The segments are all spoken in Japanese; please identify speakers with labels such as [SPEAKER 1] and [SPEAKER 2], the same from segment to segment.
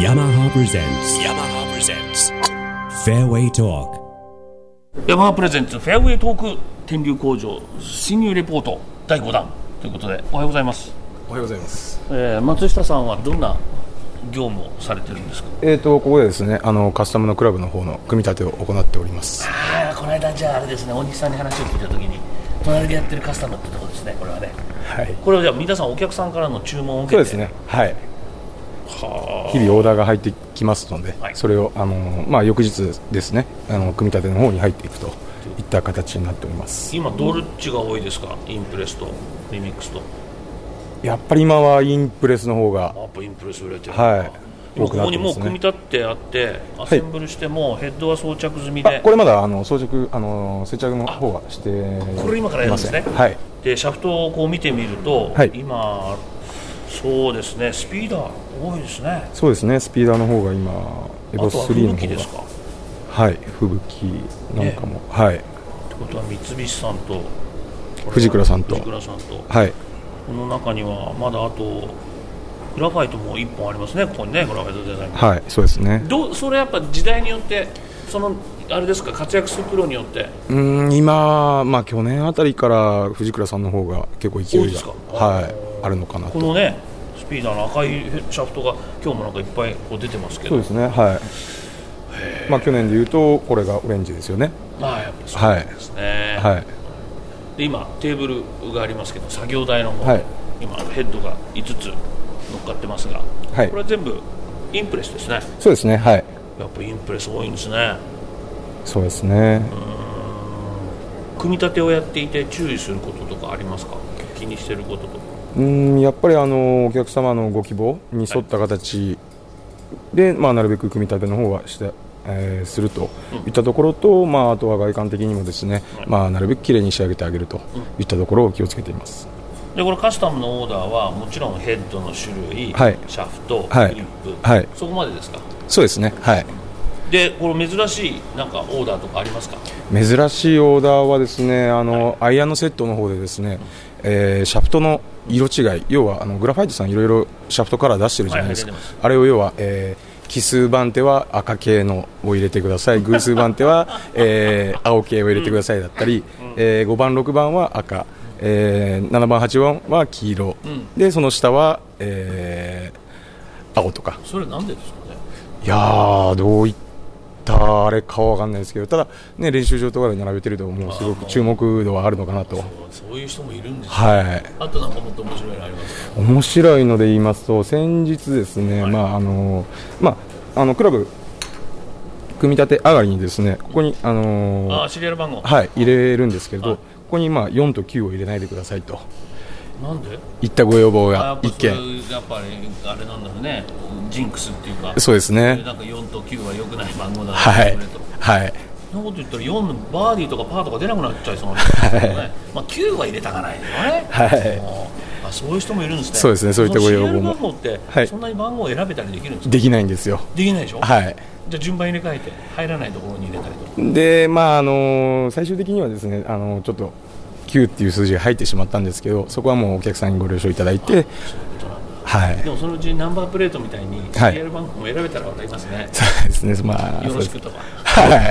[SPEAKER 1] yamaha presents yamaha presents fairway talk
[SPEAKER 2] ヤマハプレゼンツフェアウェイトーク天竜工場侵入レポート第5弾ということでおはようございます、
[SPEAKER 3] おはようございます。
[SPEAKER 2] えー松下さんはどんな業務をされてるんですか
[SPEAKER 3] えっ、とここでですね、あのカスタムのクラブの方の組み立てを行っております。
[SPEAKER 2] ああこの間じゃああれですね大西さんに話を聞いた時に隣でやってるカスタムってとこですねこれはね
[SPEAKER 3] はい。
[SPEAKER 2] これはじゃあ皆さんお客さんからの注文を受け
[SPEAKER 3] そう
[SPEAKER 2] て
[SPEAKER 3] ですね。はい。
[SPEAKER 2] は
[SPEAKER 3] 日々オーダーが入ってきますので、
[SPEAKER 2] はい
[SPEAKER 3] それをあのまあ翌日ですね、あの組み立ての方に入っていくといった形になっております。
[SPEAKER 2] 今どっちが多いですかインプレスとリミックスと
[SPEAKER 3] やっぱり今はインプレスの方が
[SPEAKER 2] アップインプレス売れてるな
[SPEAKER 3] はい
[SPEAKER 2] 今
[SPEAKER 3] 多
[SPEAKER 2] こ
[SPEAKER 3] くな
[SPEAKER 2] こ
[SPEAKER 3] っ
[SPEAKER 2] に
[SPEAKER 3] て
[SPEAKER 2] も
[SPEAKER 3] ま
[SPEAKER 2] う
[SPEAKER 3] すね
[SPEAKER 2] 組み立ってあってアセンブルしてもうヘッドは装着済みで、
[SPEAKER 3] あこれまだあの装着あの接着の方はして
[SPEAKER 2] これ今からやるんですね
[SPEAKER 3] いませはい。
[SPEAKER 2] でシャフトをこう見てみると、
[SPEAKER 3] はい
[SPEAKER 2] 今そうですねスピーダー多いですね
[SPEAKER 3] そうですね。スピーダーの方が今エ
[SPEAKER 2] あ
[SPEAKER 3] ボ
[SPEAKER 2] と
[SPEAKER 3] ス
[SPEAKER 2] は
[SPEAKER 3] 3の
[SPEAKER 2] 吹雪です
[SPEAKER 3] 方
[SPEAKER 2] かっ
[SPEAKER 3] がはい吹雪なんかも、はい
[SPEAKER 2] てことは三菱さんと
[SPEAKER 3] 藤倉さんと
[SPEAKER 2] 藤倉さんと
[SPEAKER 3] はい。
[SPEAKER 2] この中にはまだあとグラファイトも一本ありますねここにねグラファイトデザイン
[SPEAKER 3] はい、そうですね。
[SPEAKER 2] どうそれやっぱ時代によってそのあれですか活躍するプロによって
[SPEAKER 3] うーん今、まあ、去年あたりから藤倉さんの方が結構勢
[SPEAKER 2] 多い
[SPEAKER 3] い
[SPEAKER 2] で
[SPEAKER 3] が
[SPEAKER 2] すか
[SPEAKER 3] はい、あるのかな。
[SPEAKER 2] ことのねスピーダーの赤いシャフトが今日もなんかいっぱいこう出てますけ
[SPEAKER 3] そう
[SPEAKER 2] ど
[SPEAKER 3] ですね、はいまあ、去年でいうとこれがオレンジですよね、
[SPEAKER 2] まあやっぱそう
[SPEAKER 3] はい
[SPEAKER 2] ですね、
[SPEAKER 3] はい、
[SPEAKER 2] で今テーブルがありますけど作業台の方、
[SPEAKER 3] はい
[SPEAKER 2] 今ヘッドが5つ乗っかってますが、
[SPEAKER 3] はい
[SPEAKER 2] これは全部インプレスですね
[SPEAKER 3] そうですね、はい、
[SPEAKER 2] やっぱインプレス多いんですね
[SPEAKER 3] そうですね、
[SPEAKER 2] 組み立てをやっていて注意することとかありますか気にしてることとか
[SPEAKER 3] うんやっぱりあのお客様のご希望に沿った形で、まあ、なるべく組み立ての方はして、えーするといったところと、まあ、あとは外観的にもですね、まあ、なるべく綺麗に仕上げてあげるといったところを気をつけています。
[SPEAKER 2] でこれカスタムのオーダーはもちろんヘッドの種類、
[SPEAKER 3] はい
[SPEAKER 2] シャフト、
[SPEAKER 3] はい
[SPEAKER 2] グリップ、
[SPEAKER 3] はい
[SPEAKER 2] そこまでですか
[SPEAKER 3] そうですね、はい
[SPEAKER 2] でこれ珍しいなんかオーダーとかありますか
[SPEAKER 3] 珍しいオーダーはですねあの、アイアンのセットの方でですね、えーシャフトの色違い要はあのグラファイトさんいろいろシャフトカラー出してるじゃないですか、
[SPEAKER 2] はいはい出て
[SPEAKER 3] あれを要は、えー奇数番手は赤系のを入れてください偶数番手は、 えー青系を入れてくださいだったり、え5番6番は赤、えー7番8番は黄色、でその下は、えー青とか
[SPEAKER 2] それなんでですかね
[SPEAKER 3] いやー、どういったあれかは分かんないですけど、ただ、ね、練習場とかで並べてると、もうすごく注目度はあるのかなと、
[SPEAKER 2] そういう人もいるんです
[SPEAKER 3] はい、
[SPEAKER 2] あとなんかもっと面白いのありますか
[SPEAKER 3] 面白いので言いますと、先日ですね、まああのまあ、あのクラブ、組み立て上がりにですね、ここに、あの
[SPEAKER 2] あーシリアル番号、
[SPEAKER 3] はい、入れるんですけれど、
[SPEAKER 2] はい
[SPEAKER 3] ここに、まあ、4と9を入れないでくださいと
[SPEAKER 2] なんで
[SPEAKER 3] いったご要望
[SPEAKER 2] あや
[SPEAKER 3] が
[SPEAKER 2] っぱ
[SPEAKER 3] 一
[SPEAKER 2] それ
[SPEAKER 3] 件、
[SPEAKER 2] やっぱりあれなんだろうねジンクスっていうか
[SPEAKER 3] そうですね、
[SPEAKER 2] なんか4と9は良くない番号だな
[SPEAKER 3] はい
[SPEAKER 2] それと、
[SPEAKER 3] はい、
[SPEAKER 2] そんなこと言ったら4のバーディーとかパーとか出なくなっちゃいそうなんですけどね、まあ9は入れたかないよね、
[SPEAKER 3] はい
[SPEAKER 2] もうあそういう人もいるんですね
[SPEAKER 3] そうですねそういったご要望も
[SPEAKER 2] その CL 番号って、
[SPEAKER 3] はい
[SPEAKER 2] そんなに番号を選べたりできるんですか
[SPEAKER 3] できないんですよ。
[SPEAKER 2] できないでしょ、
[SPEAKER 3] はい
[SPEAKER 2] じゃあ順番入れ替えて入らないところに入れたりとか
[SPEAKER 3] で、まああの最終的にはですね、あのちょっと9っていう数字が入ってしまったんですけど、そこはもうお客さんにご了承いただいて、はい、
[SPEAKER 2] でもそのうちナンバープレートみたいにシリ
[SPEAKER 3] はい
[SPEAKER 2] アル番号も選べたら分かりますね、
[SPEAKER 3] そうですね、まあ、
[SPEAKER 2] よろしく
[SPEAKER 3] そう
[SPEAKER 2] とか
[SPEAKER 3] ですは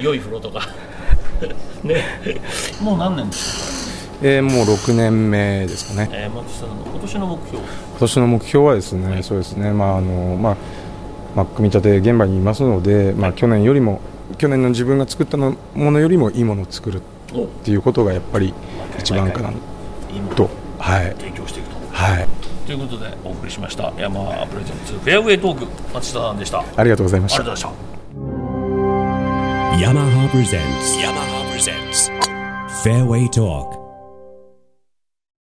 [SPEAKER 3] い、
[SPEAKER 2] 良い風呂とか ねもう何年ですか
[SPEAKER 3] えーもう6年目ですかね。
[SPEAKER 2] えー、松下さんの今年の目標、
[SPEAKER 3] 今年の目標はですね、そうですね、まああのまあまあ、組み立て現場にいますので、まあ、去年よりも去年の自分が作ったのものよりもいいものを作るっていうことがやっぱり一番かな
[SPEAKER 2] 今
[SPEAKER 3] と、はい、
[SPEAKER 2] 提供していくと。
[SPEAKER 3] はい、
[SPEAKER 2] ということで、お送りしました、山マプレゼンツ、フェアウェイトーク、松下さんでした。ありが
[SPEAKER 3] ありがとうございまし
[SPEAKER 2] とう
[SPEAKER 3] た
[SPEAKER 2] ござい。ました。
[SPEAKER 1] yamaha presents yamaha presents fairway talk